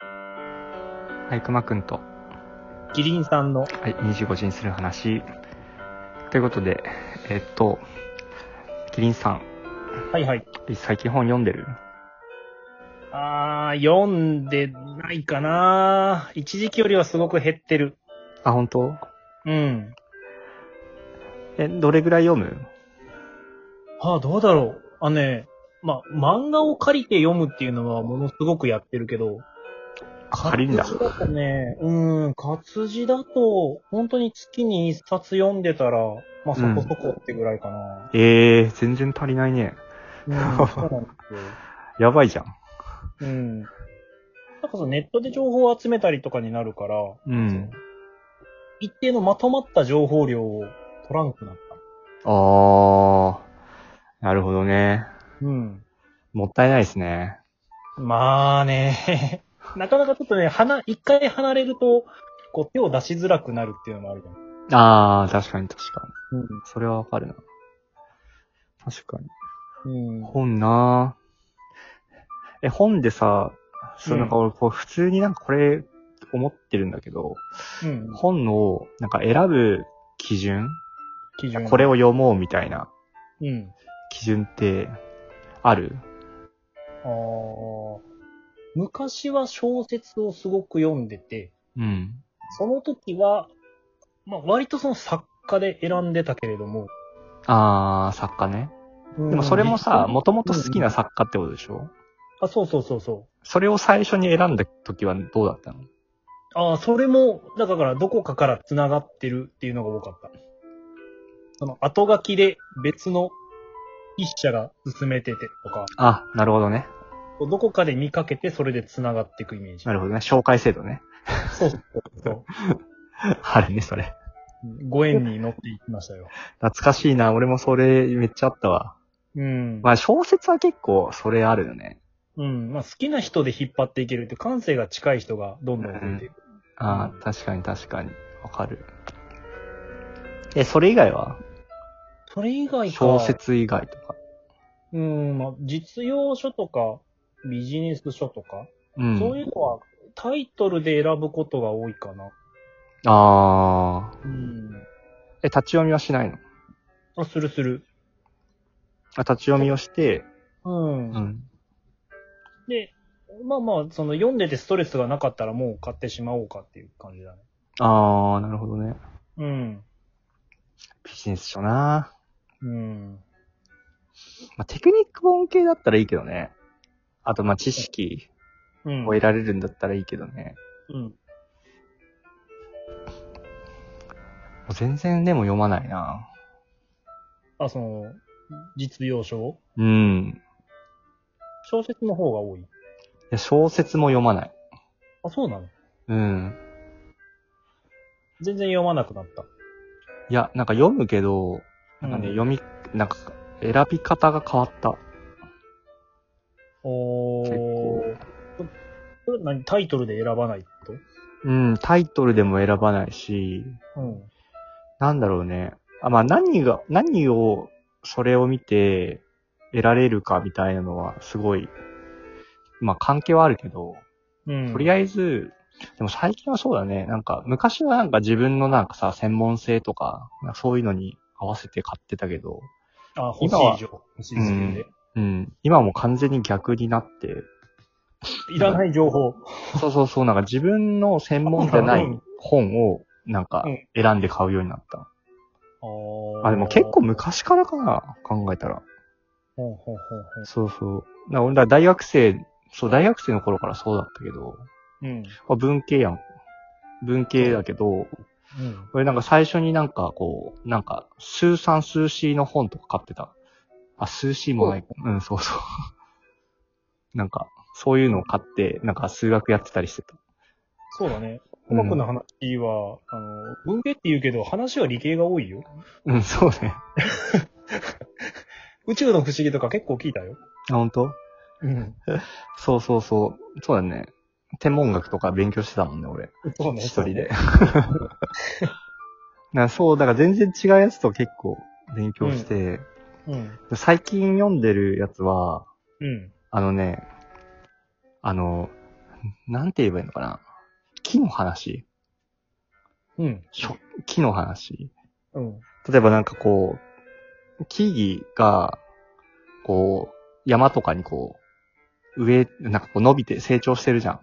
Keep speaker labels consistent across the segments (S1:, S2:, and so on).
S1: はい、くまくんと、
S2: キリンさんの、
S1: はい、25時にする話。ということで、えっと、キリンさん、
S2: はいはい。
S1: 最近本読んでる
S2: あー、読んでないかな一時期よりはすごく減ってる。
S1: あ、本当
S2: うん。
S1: え、どれぐらい読む
S2: あー、どうだろう。あのね、まあ、漫画を借りて読むっていうのはものすごくやってるけど、
S1: ありんだ。
S2: 活字だとね、うん、活字だと、本当に月に一冊読んでたら、まあ、そこそこってぐらいかな。
S1: えー、全然足りないね。
S2: うん、 そうなんですよ。
S1: やばいじゃん。
S2: うん。なんかそのネットで情報を集めたりとかになるから、
S1: うん。
S2: 一定のまとまった情報量を取らなくなった。
S1: あー、なるほどね。
S2: うん。
S1: もったいないですね。
S2: まあね、 なかなかちょっとね、離、一回離れると、こう手を出しづらくなるっていうのもあるじゃん。
S1: あー、確かに確かに。それはわかるな。確かに。
S2: うん。うん。
S1: 本なぁ。え、本でさ、そううんなんか俺こう普通になんかこれ思ってるんだけど、
S2: うん。
S1: 本をなんか選ぶ基準、
S2: 基準。
S1: これを。読もうみたいな
S2: うん。
S1: 基準ってある
S2: あー昔は小説をすごく読んでて、
S1: うん。
S2: その時は、まあ割とその作家で選んでたけれども。
S1: あー、作家ね。
S2: で
S1: でもそれもさ、
S2: も
S1: もともと好きな作家ってことでしょ
S2: あ、そうそうそうそう。
S1: それを最初に選んだ時はどうだったの
S2: ああ、それも、だからどこかから繋がってるっていうのが多かった。その後書きで別の一社が進めててとか、
S1: あ、なるほどね。
S2: どこかで見かけてそれで繋がっていくイメージ。
S1: なるほどね。紹介制度ね。
S2: そうそうそう。
S1: あるね、それ。
S2: ご縁に乗っていきましたよ。
S1: 懐かしいな。俺もそれめっちゃあったわ。
S2: うん。
S1: まあ小説は結構それあるよね。
S2: うん。まあ好きな人で引っ張っていけるって感性が近い人がどんどん増えていく。
S1: ああ、確かに確かに。わかる。え、それ以外は
S2: それ以外か。
S1: 小。説以外とか。
S2: うん。まあ実用書とか、ビジネス書とか、
S1: うん。
S2: そういうのはタイトルで選ぶことが多いかな。
S1: ああ。
S2: うん。
S1: え、立ち読みはしないの
S2: あ、するする。
S1: あ立ち読みをして、
S2: うん。
S1: ん。
S2: で、まあまあ、その読んでてストレスがなかったらもう買ってしまおうかっていう感じだね。
S1: ああ、なるほどね。
S2: うん。
S1: ビジネス書な。
S2: うん。
S1: まあ、テクニック本系だったらいいけどね。あと、まあ、知識
S2: うん。
S1: を得られるんだったらいいけどね。
S2: うん。
S1: もう全然でも読まないな。
S2: あ、その、実用書
S1: うん。
S2: 小説の方が多い。
S1: いや、小説も読まない。
S2: あ、そうなの
S1: うん。
S2: 全然読まなくなった。
S1: いや、なんか読むけど、なんかね、
S2: うん
S1: 読み、なんか、選び方が変わった。
S2: おー
S1: 結構。
S2: それ何タイトルで選ばないってこ
S1: うん、タイトルでも選ばないし、
S2: とうん。
S1: なんだろうね。あ、まあ何が、何を、それを見て、得られるかみたいなのは、すごい、まあ関係はあるけど、
S2: うん。
S1: とりあ
S2: え
S1: えず、でも最近はそうだね。なんか、昔はなんか自分のなんかさ、専門性とか、なんかそういうのに合わせて買ってたけど、
S2: ず、あ、欲し
S1: 今はい
S2: 情報。欲しいですね。
S1: うん、今も完全に逆になって、
S2: いらない情報。
S1: そうそうそう、なんか自分の専門じゃない本を、なんか
S2: うん
S1: 選んで買うようになった。
S2: あ
S1: あ、でも結構
S2: む
S1: 昔からかな、考えたら。
S2: ほうほうほうほ
S1: そうそう。な俺ら大学生、そう、大学生の頃からそうだったけど、
S2: う。うん。
S1: まあ文系やん。文系だけど、
S2: うん。
S1: 俺なんか最初になんかこう、なんか、数三数四の本とか買ってた。あ、数四もない。うん、そうそう。 なんか、そういうのを買って、なんか数学やってたりしてた。
S2: そうだね。科学の話は、あの、文系って言うけど、話は理系が多いよ。
S1: うん、そうね。
S2: 宇宙の不思議とか結構聞いたよ。
S1: あ、本当？
S2: うん。
S1: そうそうそう。そうだね。天文学とか勉強してたもんね、俺。
S2: そうね。
S1: 一人で。。 なそう、だから全然違うやつと結構勉強して、
S2: うん。
S1: 最近読んでるやつは、
S2: うん。
S1: あのね、あの、なんて言えばいいのかな。木の話
S2: うん。
S1: 食木の話
S2: うん。
S1: 例えばなんかこう、木々が、こう、山とかにこう、上、なんかこう伸びて成長してるじゃん。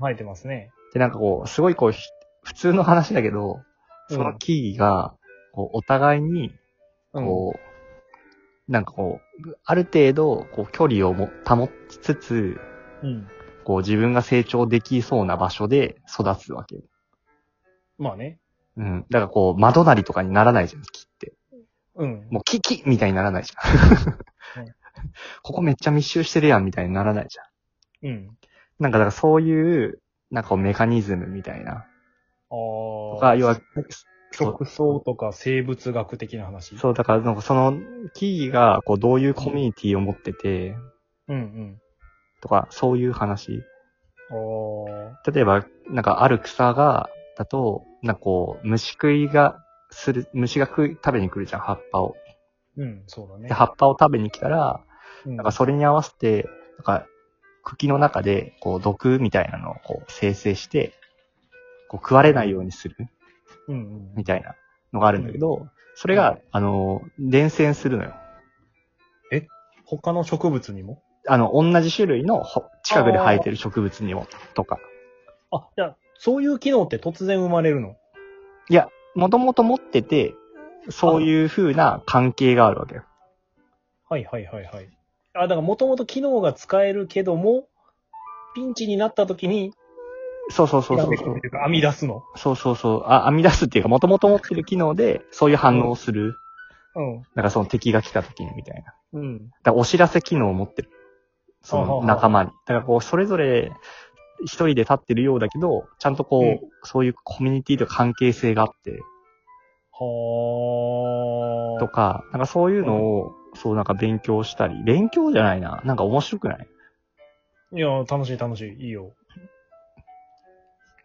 S2: 生えてますね。
S1: で、なんかこう、すごいこう、ひ普通の話だけど、その木々が、こう、お互いに、
S2: うん。
S1: こう、なんかこう、ある程度、こう、距離をも保ちつつ、
S2: うん。
S1: こう、自分が成長できそうな場所で育つわけよ。
S2: まあね。
S1: うん。だからこう、窓なりとかにならないじゃん、木って。
S2: うん。
S1: もう、木、木みたいにならないじゃ
S2: うん
S1: ん。 ここめっちゃ密集してるやん、みたいにならないじゃん。
S2: うん。
S1: なんか、だからそういう、なんかこう、メカニズムみたいな。
S2: ああ。
S1: とか、要は、そう
S2: 食草とか生物学的な話。
S1: そう、だから、なんかその、木々が、こう、どういうコミュニティを持ってて、
S2: うん
S1: とか、そういう話。
S2: うん。ああ。
S1: 例えば、なんかある草が、だと、なんかこう、虫食いが、する、虫が食い、食べに来るじゃん、葉っぱを。
S2: うん、そうだね。
S1: で、葉っぱを食べに来たら、
S2: うん
S1: なんかそれに合わせて、なんか、茎の中で、こう、毒みたいなのをこう、生成して、こう、食われないようにする、
S2: うんうん。
S1: みたいなのがあるんだけど、それが、あの、伝染するのよ。
S2: 他の植物にも
S1: あの、同じ種類のほ近くで生えてる植物にも、とか。
S2: あ、じゃあ、そういう機能って突然生まれるの
S1: もともと持ってて、そういう風な関係があるわけよ。
S2: はいはいはいはい。あ、だからもともと機能が使えるけども、ピンチになった時に、
S1: そうそうそうそう
S2: ひ
S1: そ
S2: らめ
S1: う
S2: く。というか編み出すの。
S1: そうそうそう。あ、編み出すっていうか、もともと持ってる機能で、そういう反応をする。なんかその敵が来た時にみたいな。だか
S2: うん。うん。
S1: らお知らせ機能を持ってる。そ
S2: はあは
S1: の
S2: あ
S1: 仲間に。だからこう、それぞれ一人で立ってるようだけど、ちゃんとこう、
S2: うん
S1: そういうコミュニティとか関係性があって、
S2: はあ。
S1: とか、なんかそういうのを、そうなんか勉強したり、勉強じゃないな。なんか面白くない
S2: いや、楽しい楽しい。いいよ。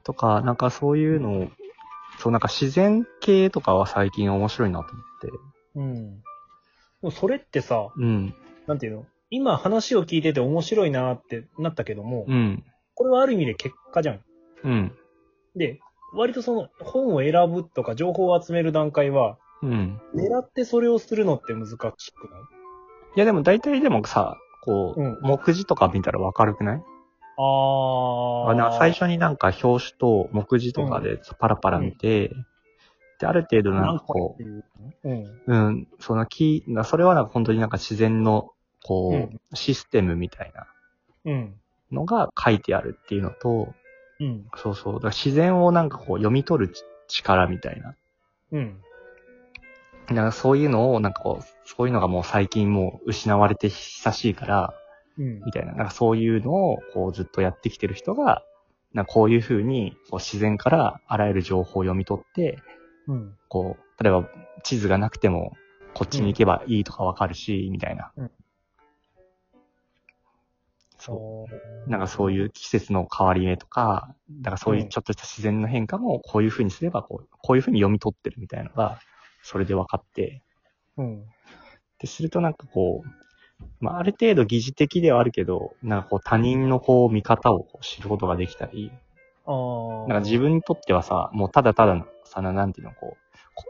S1: とか、なんかそういうのを、そうなんか自然系とかは最近面白いなと思って。
S2: うん。でもそれってさ、
S1: うん。
S2: なんていうの今話を聞いてて面白いなーってなったけども、
S1: うん。
S2: これはある意味で結果じゃん。
S1: うん。
S2: で、割とその本を選ぶとか情報を集める段階は、
S1: うん。
S2: 狙ってそれをするのって難しくない
S1: いやでも大体でもさ、こう、
S2: うん
S1: 目次とか見たらわかるくない
S2: あ
S1: あな最初になんか表紙と目次とかでパラパラ見て、で、ある程度なんかこ
S2: ていう。うん。
S1: う、うん、その木、なそれはなんか本当になんか自然の、こう、
S2: うん
S1: システムみたいな
S2: うん。
S1: のが書いてあるっていうのと、
S2: うん。
S1: そうそう、だから自然をなんかこう読み取るち力みたいな。
S2: うん。
S1: だからそういうのをなんかこう、そういうのがもう最近もう失われて久しいから、
S2: うん
S1: みたいな、なんかそういうのをこうずっとやってきてる人が、なんかこういうふうにこう自然からあらゆる情報を読み取って、
S2: うん。
S1: こう、例えば地図がなくてもこっちに行けばいいとかわかるし、みたいな。
S2: うん
S1: そ
S2: そう
S1: う。なんかそういう季節の変わり目とか、だからそういうちょっとした自然の変化もこういうふうにすればこう、こういうふうに読み取ってるみたいなのが、それで分かって、
S2: うん。
S1: ってするとなんかこう、まあ、ある程度疑似的ではあるけど、なんかこう他人のこう見方をこう知ることができたり、
S2: ああ。
S1: なんか自分にとってはさ、もうただただの、さ、ななんていうの、こう、こ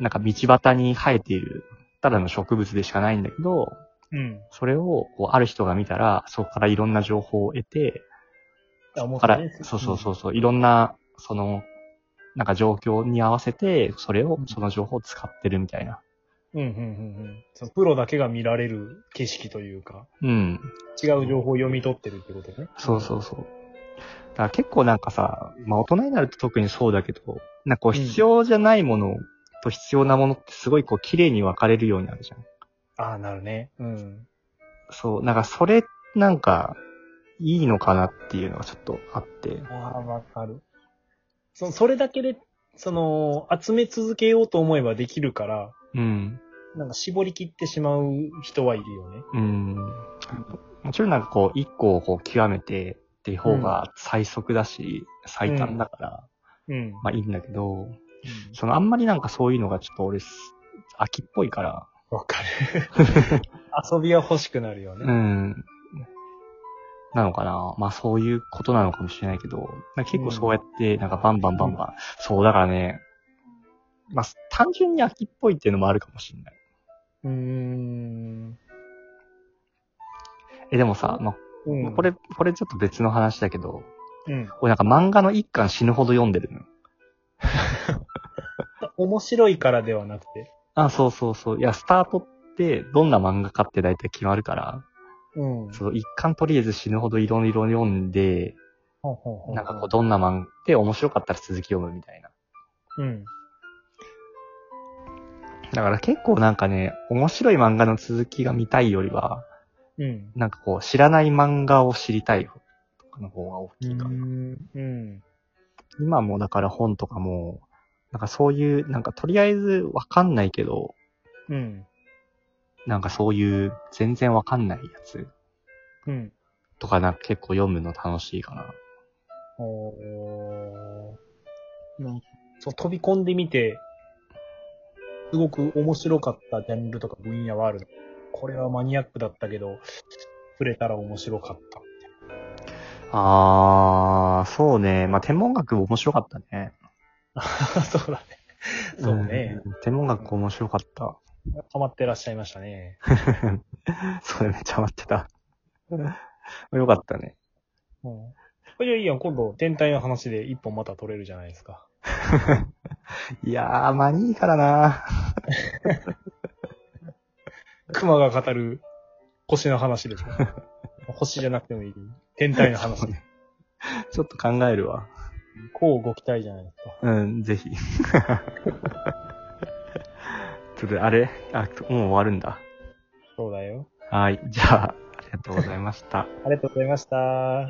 S1: うなんか道端に生えている、ただの植物でしかないんだけど、
S2: うん。
S1: それを、こう、ある人が見たら、そこからいろんな情報を得て、
S2: あもう
S1: か
S2: それ
S1: ら
S2: ね、
S1: そうそうそうそう、いろんな、その、なんか状況に合わせて、それを、その情報を使ってるみたいな。
S2: うん。うん。うん。うん。そうプロだけが見られる景色というか、
S1: うん。
S2: 違う情報を読み取ってるってことね。
S1: そうそうそう。だから結構なんかさ、まあ大人になると特にそうだけど、なんかこう
S2: うん
S1: 必要じゃないものと必要なものってすごいこう綺麗に分かれるようになるじゃん。
S2: ああ、なるね。うん。
S1: そう、なんかそれなんかいいのかなっていうのがちょっとあって。
S2: ああ、わかる。そ、それだけで、その、集め続けようと思えばできるから、
S1: うん。
S2: なんか絞り切ってしまう人はいるよね。
S1: うん。もちろんなんかこう一個をこう極めてっていう方が最速だし、最短だから、
S2: うん。
S1: まあいいんだけど、そのあんまりなんかそういうのがちょっと俺す、飽きっぽいから、
S2: わかる。遊びは欲しくなるよ
S1: う
S2: ね。
S1: ん。なのかなまあそういうことなのかもしれないけど、なんか結構そうやって、なんかバンバンバンバン、そうだからね、まあ単純に秋っぽいっていうのもあるかもしれない。
S2: うーん。
S1: え、でもさ、ま
S2: う
S1: あ、
S2: ん。
S1: これ、これちょっと別の話だけど、
S2: うん。
S1: 俺なんか漫画の一巻死ぬほど読んでるのよ。
S2: 面白いからではなくて。
S1: あ、そうそうそう。いや、スタートってどんな漫画かって大体決まるから、
S2: うん。
S1: その一巻とりあえず死ぬほどいろいろ読んで、
S2: ほうほうほう
S1: なんかこう、どんな漫画で面白かったら続き読むみたいな。
S2: うん。
S1: だから結構なんかね、面白い漫画の続きが見たいよりは、
S2: うん。
S1: なんかこう、知らない漫画を知りたいとかの方が大きいかな。
S2: うん。
S1: 今もだから本とかも、なんかそういう、なんかとりあえずわかんないけど、
S2: うん。
S1: なんかそういう全然わかんないやつ
S2: うん。
S1: とかなんか結構読むの楽しいかな。
S2: おーなんかそう、飛び込んでみて、すごく面白かったジャンルとか分野はあるの。これはマニアックだったけど、触れたら面白かった。
S1: あー、そうね。まあ、天文学面白かったね。
S2: そうだね。そうね。
S1: うん。天文学面白かった。
S2: ハマってらっしゃいましたね。
S1: それめっちゃ待ってた。 よかったね。
S2: うん。いやいや、今度、天体の話で一本また取れるじゃないですか。
S1: いやー、マニーからな。
S2: 熊が語る星の話でしょ。星じゃなくてもいい。天体の話。
S1: ちょっと考えるわ。
S2: こうご期待じゃないですか。
S1: うん、ぜひ。 ちょっとあれあ、もう終わるんだ。
S2: そうだよ。
S1: はい。じゃあ、ありがとうございました。
S2: ありがとうございました。